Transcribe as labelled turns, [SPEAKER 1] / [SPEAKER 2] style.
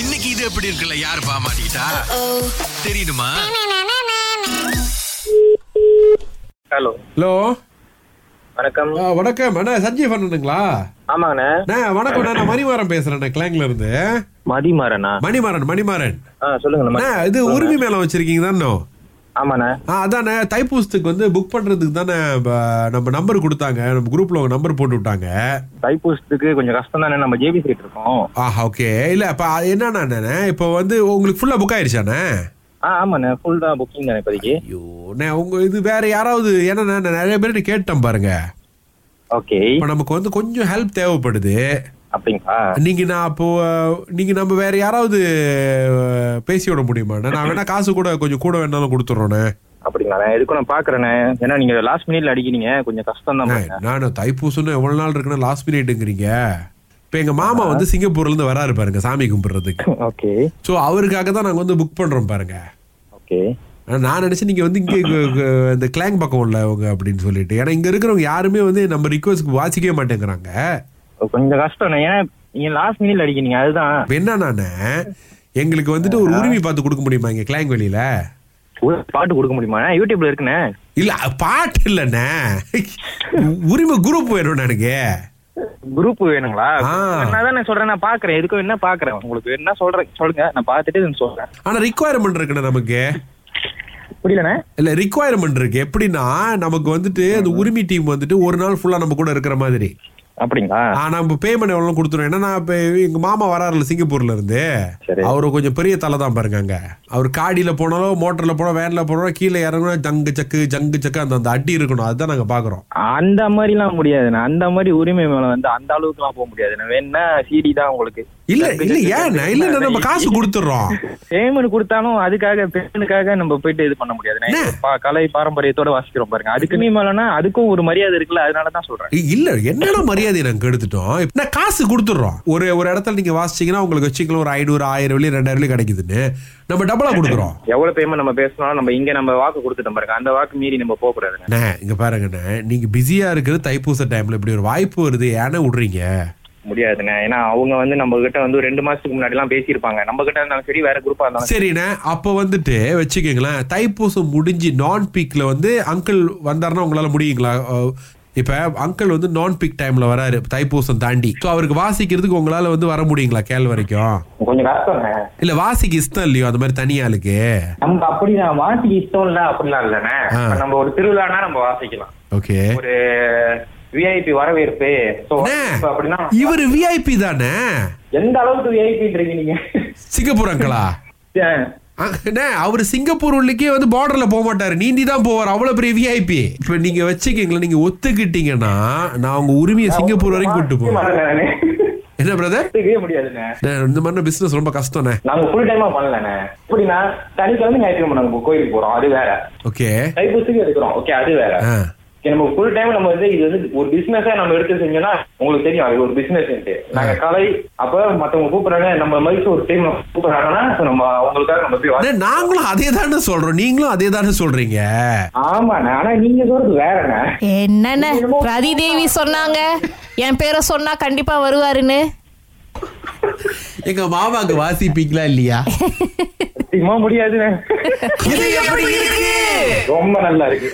[SPEAKER 1] இன்னைக்கு இது எப்படி இருக்குல்ல யார் பாமாட்டா தெரியுமா
[SPEAKER 2] ஹலோ
[SPEAKER 3] ஹலோ
[SPEAKER 2] வணக்கம்
[SPEAKER 3] ஆ, வணக்கம் அண்ணா சஞ்சீவ் அண்ணனுங்களா
[SPEAKER 2] ஆமாங்கண்ணே
[SPEAKER 3] அண்ணா வணக்கம் அண்ணா நான் மணிமாறன் பேசுறேன் கிளாங்ல இருந்து
[SPEAKER 2] மதிமாறண்ணா
[SPEAKER 3] மணிமாறன் மணிமாறன்
[SPEAKER 2] ஆ சொல்லுங்கண்ணா
[SPEAKER 3] அண்ணா இது உரிமை மேல வச்சிருக்கீங்க தானே
[SPEAKER 2] ஆமாண்ணே
[SPEAKER 3] ஆ அதானே தைப்பூசத்துக்கு வந்து புக் பண்றதுக்கு தானே ப- நம்ம நம்பர் கொடுத்தாங்க நம்ம குரூப்ல உங்க நம்பர் போட்டு விட்டாங்க
[SPEAKER 2] தைப்பூசத்துக்கு கொஞ்சம் கஷ்டம் தானே நம்ம ஜேபி சைட் இருக்கோம்
[SPEAKER 3] ஆஹா ஓகே இல்ல அப்ப அது என்னன்னா அண்ணே இப்போ வந்து உங்களுக்கு ஃபுல்லா புக் ஆயிருச்சாண்ணே
[SPEAKER 2] ஆ ஆமாண்ணே ஃபுல் தான் புக்கிங் தானே இப்போதைக்கு
[SPEAKER 3] ஐயோ அண்ணே உங்க இது வேற யாராவது என்னன்னா நான் நிறைய பேர் கேட்டேன் பாருங்க
[SPEAKER 2] ஓகே
[SPEAKER 3] இப்போ நமக்கு வந்து கொஞ்சம் ஹெல்ப் தேவைப்படுது
[SPEAKER 2] அப்படிங்களா
[SPEAKER 3] நீங்க நான் அப்போ அஹ், நீங்க நம்ம வேற யாராவது அஹ், பேசி விட முடியுமா அண்ணா? நான் வேணா காசு கூட கொஞ்சம் கூட வேணாலும் கொடுத்துட்றோண்ணே
[SPEAKER 2] அப்படிங்களா எதுக்கும் நான் பாக்குறேண்ணே ஏன்னா நீங்க லாஸ்ட் மினிட்ல அடிக்கிறீங்க கொஞ்சம் கஷ்டம் தான் பாருங்க
[SPEAKER 3] நான் தைப்பூசம்னு எவ்வளவு நாள் இருக்குன்னா லாஸ்ட் மினிட்ங்கிறீங்க இப்போ எங்க மாமா வந்து சிங்கப்பூர்ல இருந்து வராரு பாருங்க சாமி கும்பிடுறதுக்கு
[SPEAKER 2] ஓகே
[SPEAKER 3] ஸோ அவருக்காக தான் நாங்க வந்து புக் பண்றோம் பாருங்க
[SPEAKER 2] ஓகே
[SPEAKER 3] ஆனா நான் நினைச்சேன் நீங்க வந்து இங்கே இந்த கிளாங் பக்கம் உள்ளவங்க அப்படின்னு சொல்லிட்டு ஏன்னா இங்க இருக்கிறவங்க யாருமே வந்து நம்ம ரிக்வஸ்ட்க்கு வாசிக்கவே மாட்டேங்கிறாங்க
[SPEAKER 2] கொஞ்சம் கஷ்டம்ண்ணே ஏன் நீங்க லாஸ்ட் மினிட்ல அடிக்கிறீங்க அதுதான்
[SPEAKER 3] இப்ப என்னன்னா எங்களுக்கு வந்துட்டு ஒரு உரிமை பார்த்து கொடுக்க முடியுமா இங்க கிளாங் வெளியில
[SPEAKER 2] ஒரு பாட்டு கொடுக்க முடியுமா யூடியூப்ல இருக்குண்ணே
[SPEAKER 3] இல்ல பாட்டு இல்லண்ணே உரிமை குரூப் வேணும் எனக்கு
[SPEAKER 2] குரூப் வேணுங்களா
[SPEAKER 3] ஆ.
[SPEAKER 2] நான் தான் சொல்றேன் நான் பாக்குறேன் எதுக்கும் என்ன பாக்குறேன் உங்களுக்கு என்ன சொல்றேன் சொல்லுங்க நான் பாத்துட்டு இதுன்னு சொல்றேன்
[SPEAKER 3] ஆனா ரிக்குவயர்மெண்ட் இருக்குண்ணே நமக்கு
[SPEAKER 2] புரியலண்ணே
[SPEAKER 3] இல்ல ரிக்குவயர்மெண்ட் இருக்கு எப்படின்னா நமக்கு வந்துட்டு அந்த உரிமை டீம் வந்துட்டு ஒரு நாள் ஃபுல்லா நம்ம கூட இருக்கிற மாதிரி
[SPEAKER 2] அப்படிங்களா
[SPEAKER 3] ஆ, நம்ம பேமெண்ட் எவ்வளவு கொடுத்துருவோம் ஏன்னா நான் இப்ப எங்க மாமா வராருல சிங்கப்பூர்ல இருந்து
[SPEAKER 2] சரி
[SPEAKER 3] அவரு கொஞ்சம் பெரிய தலை தான் பாருங்க அங்க அவர் காடியில போனாலும் மோட்டர்ல போனோம் வேன்ல போனோம் கீழே இறங்கினா ஜங்கு சக்கு ஜங்கு சக்கு அந்த அந்த அடி இருக்கணும் அதுதான் நாங்க பாக்குறோம்
[SPEAKER 2] அந்த மாதிரி எல்லாம் முடியாதுண்ணே அந்த மாதிரி உரிமை மேல வந்து அந்த அளவுக்கு எல்லாம் போக முடியாதுண்ணே வேணா சிடி தான் உங்களுக்கு
[SPEAKER 3] இல்ல இல்ல ஏன் இல்ல இல்ல, நம்ம காசு கொடுத்துறோம்
[SPEAKER 2] பேமெண்ட் கொடுத்தாலும் அதுக்காக பேமெண்ட்டுக்காக நம்ம போயிட்டு இது பண்ண முடியாதுண்ணே பா- கலை பாரம்பரியத்தோட வாசிக்கிறோம் பாருங்க அதுக்கு நீ மேலனா அதுக்கும் ஒரு மரியாதை இருக்குல்ல அதனால தான் சொல்றேன்
[SPEAKER 3] இல்ல என்னடா மரியாதையை நாங்க எடுத்துட்டோம் நான் காசு கொடுத்துறோம் ஒரு ஒரு இடத்துல நீங்க வாசிச்சீங்கன்னா உங்களுக்கு வச்சுக்கலாம் ஒரு ஐநூறு ஆயிரம் வெளியே ரெண்டாயிரம் வெளியே கிடைக்குதுன்னு நம்ம டபுளா கொடுக்குறோம்
[SPEAKER 2] எவ்வளவு பேமெண்ட் நம்ம பேசினாலும் நம்ம இங்க நம்ம வாக்கு கொடுத்துட்டோம் பாருங்க அந்த வாக்கு மீறி நம்ம போக கூடாதுண்ணே
[SPEAKER 3] அண்ணே இங்க பாருங்கண்ணே நீங்க பிஸியா இருக்கிற தைப்பூச டைம்ல இப்படி ஒரு வாய்ப்பு வருது ஏன்னா விடுறீங்க
[SPEAKER 2] முடியாதுண்ணே ஏன்னா அவங்க வந்து நம்ம கிட்ட வந்து ஒரு ரெண்டு மாசத்துக்கு முன்னாடி எல்லாம் பேசியிருப்பாங்க நம்ம கிட்ட இருந்தாலும் சரி வேற குரூப்பா இருந்தாலும்
[SPEAKER 3] சரிண்ணே அப்ப வந்துட்டு வச்சுக்கோங்களேன் தைப்பூசம் முடிஞ்சு நான் பீக்ல வந்து அங்கிள் வந்தாருன்னா உங்களால முடியுங்களா அஹ், இப்ப அங்கிள் வந்து நான் பீக் டைம்ல வராரு தைப்பூசம் தாண்டி ஸோ அவருக்கு வாசிக்கிறதுக்கு உங்களால வந்து வர முடியுங்களா கேள் வரைக்கும்
[SPEAKER 2] கொஞ்சம் கஷ்டம்ண்ணே
[SPEAKER 3] இல்ல வாசிக்கு இஷ்டம் இல்லையோ அந்த மாதிரி தனி ஆளுக்கு
[SPEAKER 2] நம்ம அப்படி நான் வாசிக்க இஷ்டம் இல்ல அப்படிலாம் இல்லண்ணே இப்ப நம்ம ஒரு திருவிழானா நம்ம வாசிக்கலாம்
[SPEAKER 3] ஓகே
[SPEAKER 2] ஒரு விஐபி வரவேற்பு சோ அப்படின்னா
[SPEAKER 3] இவர் விஐபி தானே
[SPEAKER 2] எந்த அளவுக்கு விஐபின்றீங்க நீங்க
[SPEAKER 3] சிங்கப்பூர் அங்கிளா அண்ணே அவர் சிங்கப்பூர் உள்ளுக்கே வந்து பார்டர்ல போக மாட்டாரு நீந்தி தான் போவார் அவ்வளவு பெரிய விஐபி இப்ப நீங்க வச்சுக்கீங்களா நீங்க ஒத்துக்கிட்டீங்கன்னா நான் உங்க உரிமையை சிங்கப்பூர் வரைக்கும் கூட்டு போவேன் என்ன பிரதர்
[SPEAKER 2] ஒத்துக்கவே முடியாதுண்ணே
[SPEAKER 3] இந்த மாதிரி பிசினஸ் ரொம்ப கஷ்டம்ண்ணே
[SPEAKER 2] நாங்க ஃபுல் டைமா பண்ணலண்ணே எப்படின்னா சனிக்கிழமை ஞாயிற்றுக்கிழமை நம்ம கோயிலுக்கு போறோம் அது வேற
[SPEAKER 3] ஓகே
[SPEAKER 2] தைப்பூசத்துக்கு எடுக்கிறோம் ஓகே அது வேற
[SPEAKER 3] ஆ
[SPEAKER 2] நம்ம ஃபுல் டைம் நம்ம வந்து இது வந்து ஒரு பிசினஸா நம்ம எடுத்து செஞ்சோம்னா உங்களுக்கு தெரியும் அது ஒரு பிசினஸ் நாங்க கலை அப்ப மத்தவங்க கூப்பிடுறாங்க நம்ம மாதிரி ஒரு டைம் கூப்பிடுறாங்கன்னா so நம்ம அவங்களுக்காக நம்ம போய் வாசி-
[SPEAKER 3] அண்ணே, நாங்களும் அதே தானே சொல்றோம் நீங்களும் அதே தானே சொல்றீங்க
[SPEAKER 2] ஆமாண்ணே ஆனா நீங்க சொல்றது வேறண்ணே
[SPEAKER 4] என்னென்ன ரதி தேவி சொன்னாங்க என் பேரை சொன்னா கண்டிப்பா வருவாருன்னு
[SPEAKER 3] எங்க மாமாக்கு வாசிப்பீங்களா இல்லையா
[SPEAKER 2] சத்தியமா முடியாதுண்ணே
[SPEAKER 3] இது எப்படி இருக்கு
[SPEAKER 2] ரொம்ப நல்லா இருக்கு